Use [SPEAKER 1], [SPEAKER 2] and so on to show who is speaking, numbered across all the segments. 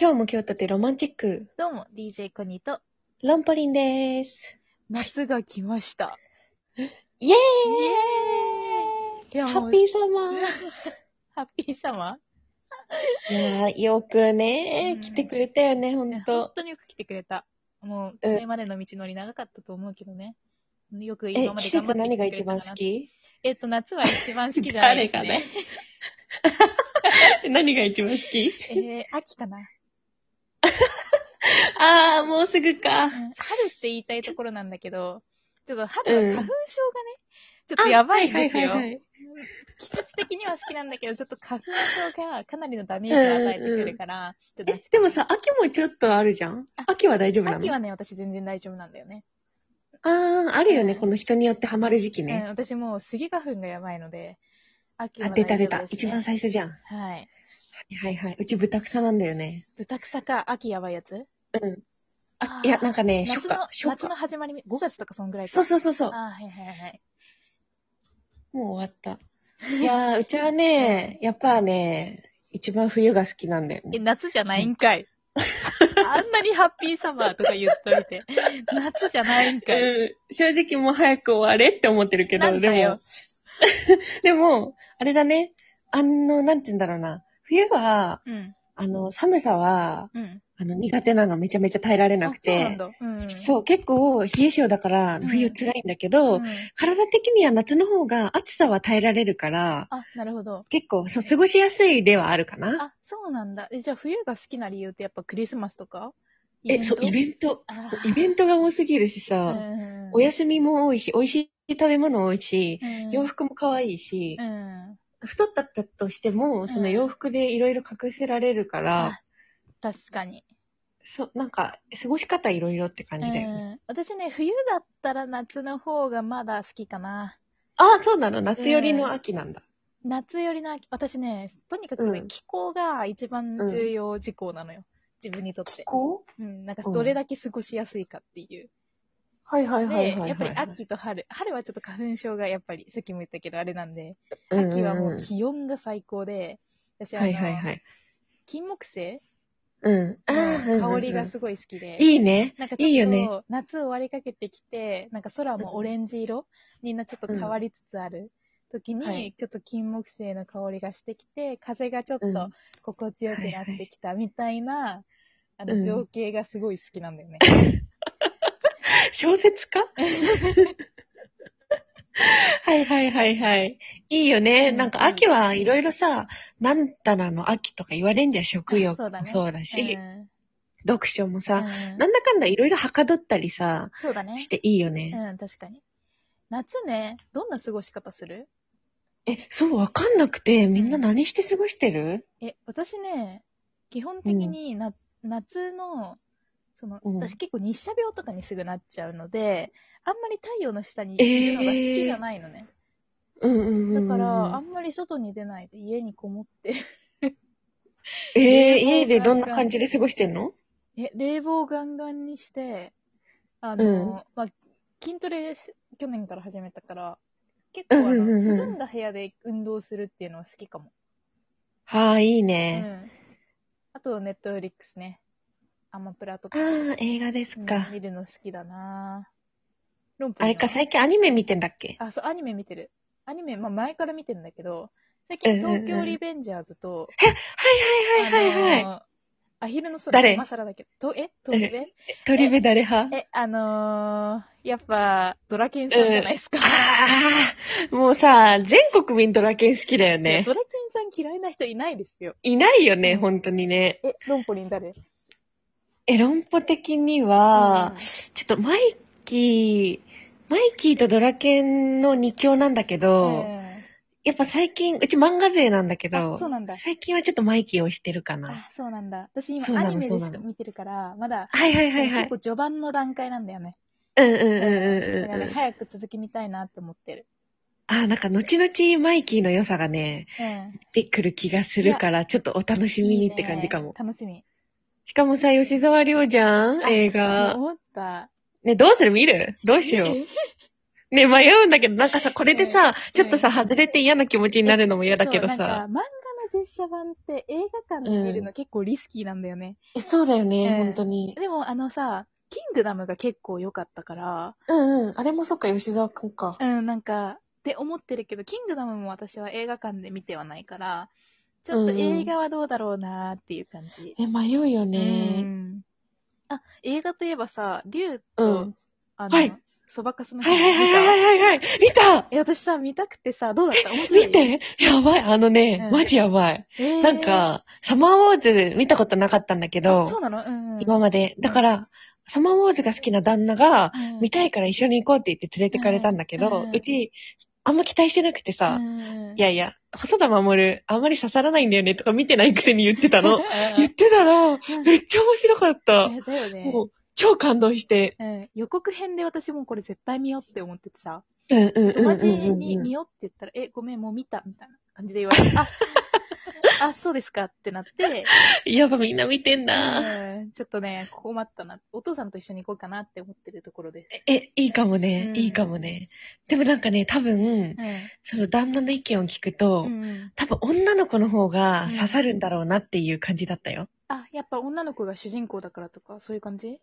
[SPEAKER 1] 今日も京都でロマンチック、
[SPEAKER 2] どうも、DJ コニーと、
[SPEAKER 1] ロンポリンでーす。
[SPEAKER 2] 夏が来ました。
[SPEAKER 1] イエ
[SPEAKER 2] イエー
[SPEAKER 1] ー
[SPEAKER 2] イ
[SPEAKER 1] イハッピーサマ
[SPEAKER 2] ハッピー様
[SPEAKER 1] ー。いやー、よくね
[SPEAKER 2] うん
[SPEAKER 1] ー、来てくれたよね、ほん
[SPEAKER 2] 本
[SPEAKER 1] と。
[SPEAKER 2] 当によく来てくれた。もう、こ
[SPEAKER 1] うん
[SPEAKER 2] れまでの道のり長かったと思うけどね。よく
[SPEAKER 1] え
[SPEAKER 2] 今、まで
[SPEAKER 1] 季
[SPEAKER 2] 頑張
[SPEAKER 1] 節
[SPEAKER 2] って
[SPEAKER 1] 何
[SPEAKER 2] きてく
[SPEAKER 1] が
[SPEAKER 2] れた
[SPEAKER 1] 一
[SPEAKER 2] かな
[SPEAKER 1] 番好き
[SPEAKER 2] えっと、夏は一番好きじゃないです、ね。
[SPEAKER 1] 何が一番好 き
[SPEAKER 2] ね。えー、秋かな、
[SPEAKER 1] あー、もうすぐ
[SPEAKER 2] う
[SPEAKER 1] か
[SPEAKER 2] ん。春って言いたいところなんだけど、ちょっと春は花粉症がね、ちょっと
[SPEAKER 1] あ
[SPEAKER 2] やばいんですよ。
[SPEAKER 1] はいはいはいはい
[SPEAKER 2] 季節的には好きなんだけど、ちょっと花粉症がかなりのダメージを与えてくるから、ちょ
[SPEAKER 1] え
[SPEAKER 2] っと、
[SPEAKER 1] でもさ、秋もちょっとあるじゃん
[SPEAKER 2] あ
[SPEAKER 1] 秋は大丈夫なの
[SPEAKER 2] 秋はね、私全然大丈夫なんだよね。
[SPEAKER 1] あー、あるよね、この人によってハマる時期
[SPEAKER 2] うん、
[SPEAKER 1] ね。
[SPEAKER 2] 私もう杉花粉がやばいので、秋
[SPEAKER 1] あ、
[SPEAKER 2] は
[SPEAKER 1] 出
[SPEAKER 2] 大丈
[SPEAKER 1] た
[SPEAKER 2] 夫で
[SPEAKER 1] 出
[SPEAKER 2] す、
[SPEAKER 1] た。一
[SPEAKER 2] ね。
[SPEAKER 1] 番最初じゃん。は
[SPEAKER 2] はい。
[SPEAKER 1] いはいはい。うち豚草なんだよね。
[SPEAKER 2] 豚草か、秋やばいやつ
[SPEAKER 1] うん。あ
[SPEAKER 2] あ、ー
[SPEAKER 1] いや、なんかね、初
[SPEAKER 2] 夏
[SPEAKER 1] 夏、、
[SPEAKER 2] の
[SPEAKER 1] 初
[SPEAKER 2] 夏
[SPEAKER 1] 夏
[SPEAKER 2] の。始まりみ、5月とかそんぐらいか。
[SPEAKER 1] そうそうそうそう。
[SPEAKER 2] あーはいはいはい。
[SPEAKER 1] もう終わった。いや ー、うちはね、やっぱね、一番冬が好きなんだよ
[SPEAKER 2] え、
[SPEAKER 1] ね。
[SPEAKER 2] 夏じゃないん かい。あんなにハッピーサマーとか言っといて。夏じゃないんかい。
[SPEAKER 1] うん、正直もう早く終われって思ってるけ
[SPEAKER 2] な
[SPEAKER 1] ど、
[SPEAKER 2] ん
[SPEAKER 1] で
[SPEAKER 2] だよ
[SPEAKER 1] も、でも、あれだね、あの、なんて言うんだろうな、冬は、
[SPEAKER 2] うん、
[SPEAKER 1] あの、寒さは、
[SPEAKER 2] うん。
[SPEAKER 1] あの、苦手なのめちゃめちゃ耐えられな
[SPEAKER 2] あ
[SPEAKER 1] く
[SPEAKER 2] そうなん
[SPEAKER 1] て、
[SPEAKER 2] だ。うん。
[SPEAKER 1] そう結構冷え性だから、
[SPEAKER 2] うん
[SPEAKER 1] 冬辛いんだけど、
[SPEAKER 2] うん
[SPEAKER 1] 体的には夏の方が暑さは耐えられるから、
[SPEAKER 2] あ、なるほど。
[SPEAKER 1] 結構、そう、過ごしやすいではあるかな。
[SPEAKER 2] あ、そうなんだ。えじゃあ冬が好きな理由ってやっぱクリスマスとか
[SPEAKER 1] え、そう、イベント。
[SPEAKER 2] あ
[SPEAKER 1] イベントが多すぎるしさ、
[SPEAKER 2] うん
[SPEAKER 1] お休みも多いし、美味しい食べ物多いし、
[SPEAKER 2] うん
[SPEAKER 1] 洋服も可愛いし
[SPEAKER 2] う、ん。
[SPEAKER 1] 太ったったとしても、その洋服でいろいろ隠せられるから、
[SPEAKER 2] あ確か に。
[SPEAKER 1] そう、なんか、過ごし方いろいろって感じだよね。
[SPEAKER 2] うん、私ね、冬だったら夏の方がまだ好きかな。
[SPEAKER 1] ああ、そうなの夏寄りの秋なんだ。
[SPEAKER 2] 夏よりの秋、私ね、とにかくね、
[SPEAKER 1] うん
[SPEAKER 2] 気候が一番重要事項なのよ。自分にとっ
[SPEAKER 1] 気
[SPEAKER 2] て。
[SPEAKER 1] 候
[SPEAKER 2] うん、なんか
[SPEAKER 1] うん
[SPEAKER 2] どれだけ過ごしやすいかっていう。
[SPEAKER 1] はいはいはいはい、は
[SPEAKER 2] で、
[SPEAKER 1] い。
[SPEAKER 2] やっぱり秋と春。春はちょっと花粉症がやっぱり、さっきも言ったけどあれなんで、
[SPEAKER 1] うんうんうん
[SPEAKER 2] 秋はもう気温が最高で、私あ
[SPEAKER 1] は
[SPEAKER 2] の、
[SPEAKER 1] いはいはい。
[SPEAKER 2] 金木犀
[SPEAKER 1] うん。あー
[SPEAKER 2] の香りがすごい好きで。
[SPEAKER 1] いいね。
[SPEAKER 2] なんか
[SPEAKER 1] いい
[SPEAKER 2] ち
[SPEAKER 1] よ
[SPEAKER 2] ょっ
[SPEAKER 1] ね。
[SPEAKER 2] と夏終わりかけてきて、なんか空もオレンジ色になちょっと変わりつつある時
[SPEAKER 1] うんはい
[SPEAKER 2] に、ちょっと金木犀の香りがしてきて、風がちょっ
[SPEAKER 1] うん
[SPEAKER 2] と心地よくなってきたみたいな、あ
[SPEAKER 1] う
[SPEAKER 2] の
[SPEAKER 1] ん
[SPEAKER 2] 情景がすごい好きなんだよね。
[SPEAKER 1] 小説 家はいはいはいはい。いいよね。
[SPEAKER 2] うん
[SPEAKER 1] なんか秋はいろいろさ、なんたらの秋とか言われんじゃん食
[SPEAKER 2] あ
[SPEAKER 1] 欲
[SPEAKER 2] そうだ
[SPEAKER 1] も
[SPEAKER 2] ね
[SPEAKER 1] そうだし、
[SPEAKER 2] うん
[SPEAKER 1] 読書も
[SPEAKER 2] う
[SPEAKER 1] さ、
[SPEAKER 2] ん
[SPEAKER 1] なんだかんだいろいろはかどったりさ、
[SPEAKER 2] そうだね。
[SPEAKER 1] していいよね。
[SPEAKER 2] うん、確かに。夏ね、どんな過ごし方する
[SPEAKER 1] え、そうわかんなくて、みんな何して過ごしてる
[SPEAKER 2] え、私ね、基本的にな、夏の、その、
[SPEAKER 1] うん
[SPEAKER 2] 私結構日射病とかにすぐなっちゃうので、あんまり太陽の下にいるのが好きじゃないのね。
[SPEAKER 1] うんうんうん。
[SPEAKER 2] だから、あんまり外に出ないで家にこもって る。
[SPEAKER 1] えー、
[SPEAKER 2] 冷房
[SPEAKER 1] 家でどんな感じで過ごしてんの
[SPEAKER 2] え、冷房ガンガンにして、あの、まあ、筋トレし去年から始めたから、結構あの、
[SPEAKER 1] うんうんうんうん
[SPEAKER 2] 涼んだ部屋で運動するっていうのは好きかも。
[SPEAKER 1] はあ、いいうね。
[SPEAKER 2] ん。あと、ネットフリックスね。アマプラとか。
[SPEAKER 1] ああ、映画ですか。
[SPEAKER 2] うん見るの好きだなぁロンプ
[SPEAKER 1] あれか、
[SPEAKER 2] 最
[SPEAKER 1] 最近アニメ見てんだっけ
[SPEAKER 2] あ、そう、アニメ見てる。アニメ、まあ前から見てんだけど、最
[SPEAKER 1] う
[SPEAKER 2] 近
[SPEAKER 1] んうんうん
[SPEAKER 2] 東京リベンジャーズと、
[SPEAKER 1] はいはいはいはいはい。
[SPEAKER 2] あのーアヒルの空、
[SPEAKER 1] 誰
[SPEAKER 2] 今更だけど、とえ東リベ
[SPEAKER 1] 鳥部誰派
[SPEAKER 2] え、あのー、やっぱ、ドラケンさんじゃないですか。
[SPEAKER 1] ああ、もうさ、全国民ドラケン好きだよ
[SPEAKER 2] いや
[SPEAKER 1] ね
[SPEAKER 2] ド。ラケンさん嫌いな人いないですよ。
[SPEAKER 1] いないよね、
[SPEAKER 2] うん
[SPEAKER 1] 本当にね。
[SPEAKER 2] え、ロンポリン誰
[SPEAKER 1] え、論法的には、ちょっとマイキー、マイキーとドラケンの二強なんだけ
[SPEAKER 2] う
[SPEAKER 1] ど、
[SPEAKER 2] んえ
[SPEAKER 1] やっぱ最近、うち漫画勢なんだけど、
[SPEAKER 2] あそうなんだ
[SPEAKER 1] 最近はちょっとマイキーをしてるか
[SPEAKER 2] ー
[SPEAKER 1] な。
[SPEAKER 2] あ、そうなんだ。私
[SPEAKER 1] そう
[SPEAKER 2] 今
[SPEAKER 1] なの
[SPEAKER 2] アニメでし
[SPEAKER 1] そうな
[SPEAKER 2] か
[SPEAKER 1] の
[SPEAKER 2] 見てるから、まだ、
[SPEAKER 1] はいはいはいは
[SPEAKER 2] 結
[SPEAKER 1] い。
[SPEAKER 2] 構序盤の段階なんだよね。
[SPEAKER 1] うんうんうん
[SPEAKER 2] だ
[SPEAKER 1] うん
[SPEAKER 2] か
[SPEAKER 1] う
[SPEAKER 2] ら
[SPEAKER 1] んう
[SPEAKER 2] ね
[SPEAKER 1] ん。
[SPEAKER 2] 早く続き見たいなって思ってる。
[SPEAKER 1] あー、なんか後々マイキーの良さがね、
[SPEAKER 2] うん。
[SPEAKER 1] 出てくる気がするから、ちょっとお楽しみにって感じかも。
[SPEAKER 2] いいね楽しみ。
[SPEAKER 1] しかもさ、吉沢亮じゃん
[SPEAKER 2] あ
[SPEAKER 1] 映
[SPEAKER 2] もう
[SPEAKER 1] 画。
[SPEAKER 2] 思った。
[SPEAKER 1] ね、どうする見るどうしよう。ね、迷うんだけど、なんかさ、これでさ、ちょっとさ、外れて嫌な気持ちになるのも嫌だけど
[SPEAKER 2] そうなん
[SPEAKER 1] さ。
[SPEAKER 2] か漫画の実写版って映画館で見るの結構リスキーなんだよね。
[SPEAKER 1] えそうだよね、
[SPEAKER 2] うん
[SPEAKER 1] 本当に。
[SPEAKER 2] でもあのさ、キングダムが結構良かったから、
[SPEAKER 1] うんうん。あれもそっか、吉沢くんか。
[SPEAKER 2] うん、なんか、って思ってるけど、キングダムも私は映画館で見てはないから、ちょっと映画はどうだろうなーっていう感じ。
[SPEAKER 1] え、迷うよ
[SPEAKER 2] う
[SPEAKER 1] ね。
[SPEAKER 2] んあ、映画といえばさ、竜
[SPEAKER 1] う
[SPEAKER 2] と、
[SPEAKER 1] ん。
[SPEAKER 2] あ
[SPEAKER 1] はい
[SPEAKER 2] の、そばかすの
[SPEAKER 1] はいはいはいはい
[SPEAKER 2] 見た
[SPEAKER 1] はいはい。見た
[SPEAKER 2] え、私さ、見たくてさ、どうだった面白い
[SPEAKER 1] 見てやばい。あのね
[SPEAKER 2] う、ん
[SPEAKER 1] マジやばい。
[SPEAKER 2] えー
[SPEAKER 1] なんか、サマーウォーズ見たことなかったんだけ
[SPEAKER 2] あ
[SPEAKER 1] ど、
[SPEAKER 2] そうなのうんうん。
[SPEAKER 1] 今まで。だから、サマーウォーズが好きな旦那が、
[SPEAKER 2] うん
[SPEAKER 1] 見たいから一緒に行こうって言って連れてかれたんだけ
[SPEAKER 2] うん
[SPEAKER 1] ど
[SPEAKER 2] う、ん
[SPEAKER 1] うち、あんま期待してなくてさ
[SPEAKER 2] う、ん。
[SPEAKER 1] いやいや、細田守、あんまり刺さらないんだよねとか見てないくせに言ってたの 言ってたら、
[SPEAKER 2] うん
[SPEAKER 1] めっちゃ面白かった。
[SPEAKER 2] えだよね。
[SPEAKER 1] もう、超感動して。
[SPEAKER 2] うん、予告編で私もうこれ絶対見ようって思っててさ、
[SPEAKER 1] うんうんうん
[SPEAKER 2] 友
[SPEAKER 1] うん
[SPEAKER 2] 達に
[SPEAKER 1] うん。
[SPEAKER 2] 見ようって言ったら、え、ごめん、もう見たみたいな感じで言われて、あ、あ、そうですかってな って、
[SPEAKER 1] やっぱみんな見てんだ。
[SPEAKER 2] うん、ちょっとね、ここ困ったな。お父さんと一緒に行こうかなって思ってるところです。
[SPEAKER 1] え、いいかもね
[SPEAKER 2] う、ん
[SPEAKER 1] いいかもね。でもなんかね、多分、その旦那の意見を聞くと、
[SPEAKER 2] うんうん
[SPEAKER 1] 多分女の子の方が
[SPEAKER 2] うん
[SPEAKER 1] 刺さるんだろうなっていう感じだったよ。
[SPEAKER 2] あ、やっぱ女の子が主人公だからとか、そういう感じ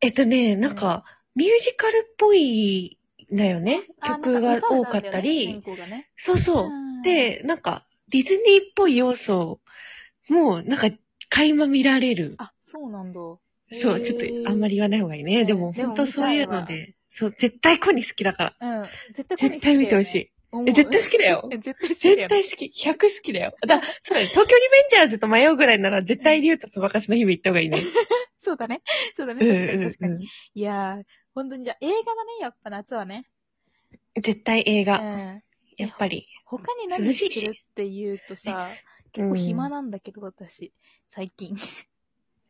[SPEAKER 1] えっとね、なんか、ミュージカルっぽいんだよね。
[SPEAKER 2] あ
[SPEAKER 1] 曲
[SPEAKER 2] な
[SPEAKER 1] が
[SPEAKER 2] ん歌
[SPEAKER 1] 多
[SPEAKER 2] 歌
[SPEAKER 1] か
[SPEAKER 2] うん
[SPEAKER 1] っ
[SPEAKER 2] だよね
[SPEAKER 1] たり。
[SPEAKER 2] 主人公がね。
[SPEAKER 1] そうそう。
[SPEAKER 2] うん、
[SPEAKER 1] で、なんか、ディズニーっぽい要素も、なんか、垣間見られる。
[SPEAKER 2] あ、そうなんだ。
[SPEAKER 1] そう、ちょっと、あんまり言わない方がいいね。
[SPEAKER 2] うん
[SPEAKER 1] でも、
[SPEAKER 2] でも
[SPEAKER 1] 本当そういうの
[SPEAKER 2] 見たい
[SPEAKER 1] で、そう、絶対コニー好きだから。
[SPEAKER 2] り。うん。絶対これ
[SPEAKER 1] 絶
[SPEAKER 2] 好きだよ
[SPEAKER 1] 対
[SPEAKER 2] ね
[SPEAKER 1] 見てほしい。。
[SPEAKER 2] 思う。
[SPEAKER 1] え、絶対好きだよ
[SPEAKER 2] 絶対好きだよね
[SPEAKER 1] 絶対好き。100好きだよ。だ、そうだね。東京リベンジャーズと迷うぐらいなら、絶対竜とそばかすの日々行った方がいいね。
[SPEAKER 2] そうだね。そうだ
[SPEAKER 1] うん
[SPEAKER 2] ね。確か
[SPEAKER 1] う
[SPEAKER 2] に
[SPEAKER 1] ん
[SPEAKER 2] 確かに。
[SPEAKER 1] うん。
[SPEAKER 2] いやー、本当にじゃあ映画だね、やっぱ夏はね。
[SPEAKER 1] 絶対映
[SPEAKER 2] う
[SPEAKER 1] 画。
[SPEAKER 2] ん。
[SPEAKER 1] やっぱり。
[SPEAKER 2] 他に何してるって言うとさ、結構暇なんだけど、私、最近。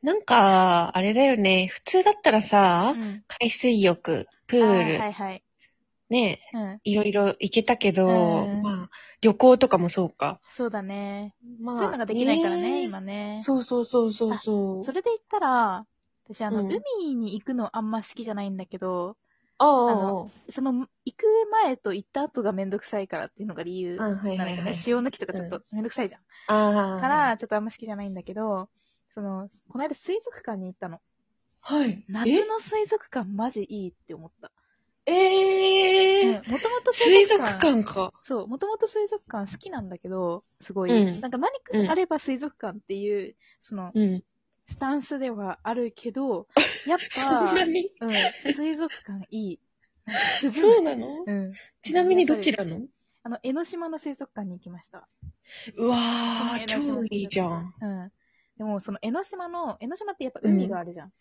[SPEAKER 1] なんか、あれだよね。普通だったらさ、
[SPEAKER 2] ん。
[SPEAKER 1] 海水浴、プ
[SPEAKER 2] あ
[SPEAKER 1] ー
[SPEAKER 2] ー
[SPEAKER 1] ル、
[SPEAKER 2] はいはい。
[SPEAKER 1] ね、
[SPEAKER 2] うん。
[SPEAKER 1] いろいろ行けたけど、
[SPEAKER 2] うん
[SPEAKER 1] まあ、旅行とかもそうか。
[SPEAKER 2] そうだね。
[SPEAKER 1] まあ、
[SPEAKER 2] そういうのができないからね、
[SPEAKER 1] え
[SPEAKER 2] 今ね。
[SPEAKER 1] そうそうそうそうそう。
[SPEAKER 2] それで言ったら、私、あの、
[SPEAKER 1] うん
[SPEAKER 2] 海に行くのあんま好きじゃないんだけど、
[SPEAKER 1] ああ
[SPEAKER 2] あのその、行く前と行った後がめんどくさいからっていうのが理由
[SPEAKER 1] あ
[SPEAKER 2] なん
[SPEAKER 1] あはい
[SPEAKER 2] だ
[SPEAKER 1] は
[SPEAKER 2] け
[SPEAKER 1] い
[SPEAKER 2] ど
[SPEAKER 1] は
[SPEAKER 2] ね
[SPEAKER 1] い。。
[SPEAKER 2] 塩抜きとかちょっとめんどくさいじゃん。
[SPEAKER 1] ああ。
[SPEAKER 2] から、ちょっとあんま好きじゃないんだけど、その、この間水族館に行ったの。
[SPEAKER 1] はい。
[SPEAKER 2] 夏の水族館マジいいって思った。
[SPEAKER 1] え
[SPEAKER 2] うん
[SPEAKER 1] えー
[SPEAKER 2] もともと
[SPEAKER 1] 水族館か。
[SPEAKER 2] そう、もともと水族館好きなんだけど、すごい、
[SPEAKER 1] うん
[SPEAKER 2] なんか何
[SPEAKER 1] うん
[SPEAKER 2] かあれば水族館っていう、その、
[SPEAKER 1] うん。
[SPEAKER 2] スタンスではあるけ ど、やっ
[SPEAKER 1] そ
[SPEAKER 2] ぱ
[SPEAKER 1] ん、なに
[SPEAKER 2] うん、水族館いい。なんか涼む
[SPEAKER 1] そうなの
[SPEAKER 2] うん。
[SPEAKER 1] ちなみにどちらの
[SPEAKER 2] あの、江ノ島の水族館に行きました。
[SPEAKER 1] うわー、
[SPEAKER 2] 島江ノ島
[SPEAKER 1] 超
[SPEAKER 2] 水族館
[SPEAKER 1] いいじゃん。。
[SPEAKER 2] うん。でも、その江ノ島の、江ノ島ってやっぱ海があるじゃん。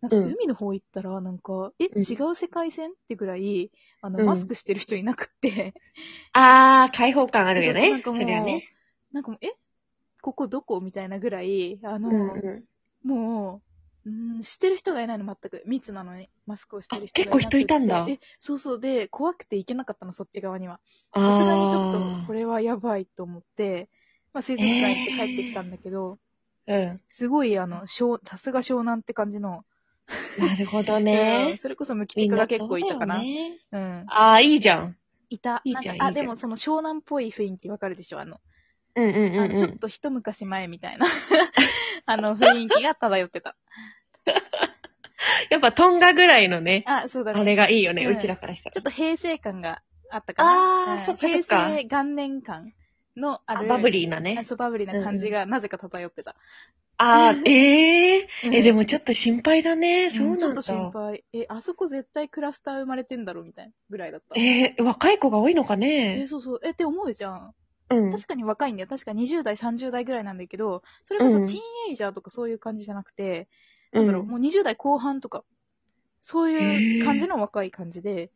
[SPEAKER 2] なんか
[SPEAKER 1] うん
[SPEAKER 2] 海の方行ったら、なんか、え、
[SPEAKER 1] うん
[SPEAKER 2] 違う世界線ってぐらい、あ
[SPEAKER 1] う
[SPEAKER 2] の、
[SPEAKER 1] ん
[SPEAKER 2] マスクしてる人いなくって、
[SPEAKER 1] あー、開放感あるよ
[SPEAKER 2] そうな
[SPEAKER 1] ね
[SPEAKER 2] ん。か
[SPEAKER 1] そ
[SPEAKER 2] もう
[SPEAKER 1] りゃね。
[SPEAKER 2] なんかもう、えここどこみたいなぐらい、あの、
[SPEAKER 1] うんうん
[SPEAKER 2] もう、うん、してる人がいないの、全く。密なのに、マスクをしてる人
[SPEAKER 1] あ
[SPEAKER 2] がいなくって
[SPEAKER 1] 結構人いたんだ
[SPEAKER 2] え、そうそう。で、怖くて行けなかったの、そっち側には。
[SPEAKER 1] あ
[SPEAKER 2] さ
[SPEAKER 1] ー
[SPEAKER 2] すがにちょっと、これはやばいと思って、まあ、水族館行って帰ってきたんだけど、
[SPEAKER 1] うん。
[SPEAKER 2] すごい、あの、湘さすが湘南って感じの、
[SPEAKER 1] なるほど
[SPEAKER 2] うん
[SPEAKER 1] ね。
[SPEAKER 2] それこそムキ
[SPEAKER 1] み
[SPEAKER 2] テ
[SPEAKER 1] ん
[SPEAKER 2] ク
[SPEAKER 1] な
[SPEAKER 2] が結構いたかな。
[SPEAKER 1] そうだよね
[SPEAKER 2] うん。
[SPEAKER 1] あー、いいじゃん。
[SPEAKER 2] いた。
[SPEAKER 1] いいじゃん
[SPEAKER 2] なかあ、
[SPEAKER 1] いいじゃん
[SPEAKER 2] でもその湘南っぽい雰囲気わかるでしょあの、
[SPEAKER 1] うんうん
[SPEAKER 2] あ
[SPEAKER 1] うんう
[SPEAKER 2] のちょっ
[SPEAKER 1] ん。
[SPEAKER 2] と一昔前みたいな、 あの雰囲気が漂ってた。
[SPEAKER 1] やっぱトンガぐらいのね、
[SPEAKER 2] あ、そうだね。
[SPEAKER 1] あれがいいよね、
[SPEAKER 2] う
[SPEAKER 1] う
[SPEAKER 2] ん
[SPEAKER 1] ちらからしたら
[SPEAKER 2] ちょっ。と平成感があったかな。
[SPEAKER 1] あー
[SPEAKER 2] うん
[SPEAKER 1] そっかそっか
[SPEAKER 2] 平成元年感のあ
[SPEAKER 1] あ
[SPEAKER 2] る。
[SPEAKER 1] バブ
[SPEAKER 2] リ
[SPEAKER 1] リーなね。
[SPEAKER 2] そう、バブリーな感じがなぜか漂ってた。
[SPEAKER 1] あー、ええ
[SPEAKER 2] うん
[SPEAKER 1] え、で、もちょっと心配だね。
[SPEAKER 2] うん
[SPEAKER 1] そうなんだ。
[SPEAKER 2] ちょっと心配。え、あそこ絶対クラスター生まれてんだろみたいなぐらいだった。
[SPEAKER 1] えー若い子が多いのか
[SPEAKER 2] え、
[SPEAKER 1] ね。
[SPEAKER 2] そうそう。え、って思うじゃん。
[SPEAKER 1] うん。
[SPEAKER 2] 確かに若いんだよ。確か20代、30代ぐらいなんだけど、それこそテ
[SPEAKER 1] うん
[SPEAKER 2] ィーンエイジャーとかそういう感じじゃなくて、
[SPEAKER 1] う
[SPEAKER 2] なんだろう、
[SPEAKER 1] ん。
[SPEAKER 2] もう20代後半とか、そういう感じの若い感じで、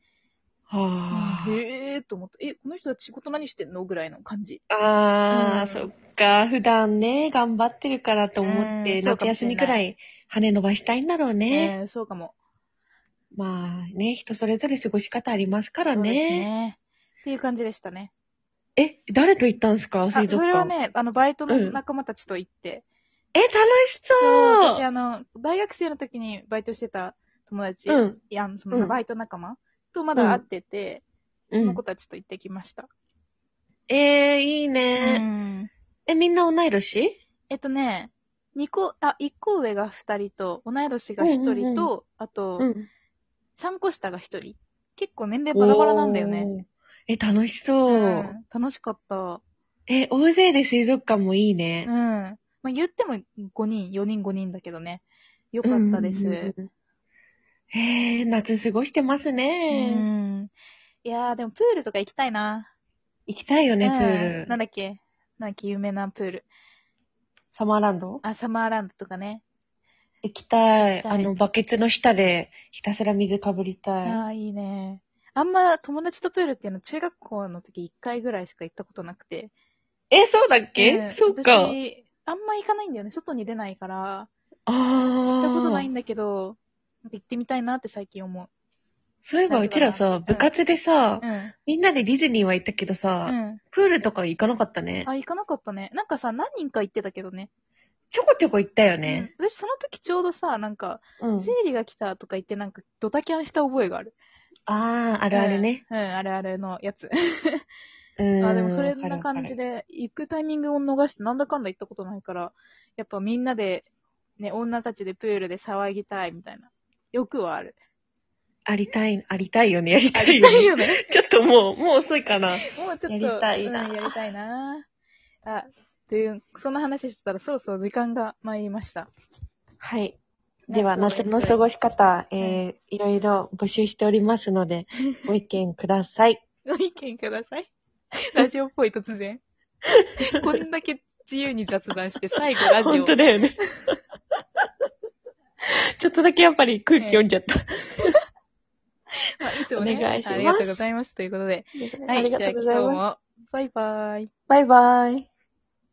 [SPEAKER 1] あー
[SPEAKER 2] へえーと思って、え、この人たち仕事何してんのぐらいの感じ。
[SPEAKER 1] あー、
[SPEAKER 2] うん
[SPEAKER 1] そっか。普段ね、頑張ってるからと思っ
[SPEAKER 2] う
[SPEAKER 1] て、
[SPEAKER 2] んそう
[SPEAKER 1] 夏
[SPEAKER 2] かもし
[SPEAKER 1] 休
[SPEAKER 2] れない
[SPEAKER 1] みくらい羽伸ばしたいんだろうね。
[SPEAKER 2] えーそうかも。
[SPEAKER 1] まあね、人それぞれ過ごし方ありますから
[SPEAKER 2] そうです
[SPEAKER 1] ね。
[SPEAKER 2] ね。っていう感じでしたね。
[SPEAKER 1] え、誰と行ったんですか
[SPEAKER 2] あ、
[SPEAKER 1] 水
[SPEAKER 2] そ
[SPEAKER 1] 族
[SPEAKER 2] れは
[SPEAKER 1] 館。
[SPEAKER 2] ね、あの、バイトの
[SPEAKER 1] うん
[SPEAKER 2] 仲間たちと行って、
[SPEAKER 1] え、楽し
[SPEAKER 2] そう、私、
[SPEAKER 1] そう
[SPEAKER 2] あの、大学生の時にバイトしてた友達、
[SPEAKER 1] う
[SPEAKER 2] い
[SPEAKER 1] ん。
[SPEAKER 2] や、あのそうの
[SPEAKER 1] ん
[SPEAKER 2] バイト仲間とまだ会ってて、
[SPEAKER 1] う
[SPEAKER 2] そ
[SPEAKER 1] ん
[SPEAKER 2] の子たちと行ってきました。
[SPEAKER 1] えー、いいね。
[SPEAKER 2] ん。
[SPEAKER 1] え、みんな同い年
[SPEAKER 2] えっとね、二個、あ、一個上が二人と、同い年が一人
[SPEAKER 1] う
[SPEAKER 2] と、
[SPEAKER 1] んうん
[SPEAKER 2] あと、
[SPEAKER 1] うん。
[SPEAKER 2] 三個下が一人。結構年齢バラバラなんだよね。
[SPEAKER 1] おー。え、楽しそう。
[SPEAKER 2] うん楽しかった。
[SPEAKER 1] え、大勢で水族館もいいね
[SPEAKER 2] うん。。まあ、言っても5人、4人5人だけどね。よかったです。
[SPEAKER 1] うんうんうんうん。へえ、夏過ごしてますね。
[SPEAKER 2] うんいやー、でもプールとか行きたいな。
[SPEAKER 1] 行きたいよね、
[SPEAKER 2] うん
[SPEAKER 1] プー
[SPEAKER 2] なん
[SPEAKER 1] ル。
[SPEAKER 2] だっけなんだっけ有名なプール。
[SPEAKER 1] サマーランド
[SPEAKER 2] あ、サマーランドとかね。
[SPEAKER 1] 行きたい
[SPEAKER 2] 行きたい
[SPEAKER 1] あの、バケツの下でひたすら水かぶりたい。
[SPEAKER 2] ああ、いいね。あんま友達とプールっていうの中学校の時1回ぐらいしか行ったことなくて。
[SPEAKER 1] え、そうだっけ、
[SPEAKER 2] うん
[SPEAKER 1] そうか。
[SPEAKER 2] 私、あんま行かないんだよね。外に出ないから。
[SPEAKER 1] ああ。
[SPEAKER 2] 行ったことない
[SPEAKER 1] ん
[SPEAKER 2] んだけど、なんか行ってみたいなって最近思う。
[SPEAKER 1] そういえば、うちらさ、部活でさ、
[SPEAKER 2] うん。
[SPEAKER 1] みんなでディズニーは行ったけどさ、
[SPEAKER 2] うん。
[SPEAKER 1] プールとか行かなかったね。
[SPEAKER 2] あ、行かなかったね。なんかさ、何人か行ってたけどね。
[SPEAKER 1] ちょこちょこ行ったよね。
[SPEAKER 2] うん私、その時ちょうどさ、なんか、
[SPEAKER 1] うん。
[SPEAKER 2] 生理が来たとか言って、なんか、ドタキャンした覚えがある。
[SPEAKER 1] ああ、あるあるね。
[SPEAKER 2] うん。うん、あれあれのやつ。
[SPEAKER 1] うん。
[SPEAKER 2] あ、でもそれ
[SPEAKER 1] わかる
[SPEAKER 2] な
[SPEAKER 1] わかる
[SPEAKER 2] 感じで、行くタイミングを逃して、なんだかんだ行ったことないから、やっぱみんなで、ね、女たちでプールで騒ぎたいみたいな。欲はある。
[SPEAKER 1] ありたい、ありたいよね、やりた
[SPEAKER 2] あ
[SPEAKER 1] い
[SPEAKER 2] り
[SPEAKER 1] よ
[SPEAKER 2] た
[SPEAKER 1] ね。
[SPEAKER 2] いよね。
[SPEAKER 1] ちょっともう、もう遅いかな。
[SPEAKER 2] もうちょっと、
[SPEAKER 1] やりたいな
[SPEAKER 2] うんやりたいな。あ、という、そんな話してたらそろそろ時間が参りました。
[SPEAKER 1] はい。では、
[SPEAKER 2] 夏
[SPEAKER 1] 夏
[SPEAKER 2] の
[SPEAKER 1] の
[SPEAKER 2] 過
[SPEAKER 1] 過
[SPEAKER 2] ご
[SPEAKER 1] ごし方、えー、いろいろ募集しておりますの で、ご意見ください。
[SPEAKER 2] ご意見ください。 ラジオっぽい突然。 こんだけ自由に雑談して、最後ラジオ
[SPEAKER 1] 本。当だよ ね。ちょっとだけやっぱり空気読んじゃった。
[SPEAKER 2] まあいつもね、
[SPEAKER 1] お願いします
[SPEAKER 2] ありがとうございます。ということで、
[SPEAKER 1] ありが
[SPEAKER 2] じゃあ
[SPEAKER 1] とうござい
[SPEAKER 2] 今日
[SPEAKER 1] ま
[SPEAKER 2] も、バイバイ。
[SPEAKER 1] す。バイバイ。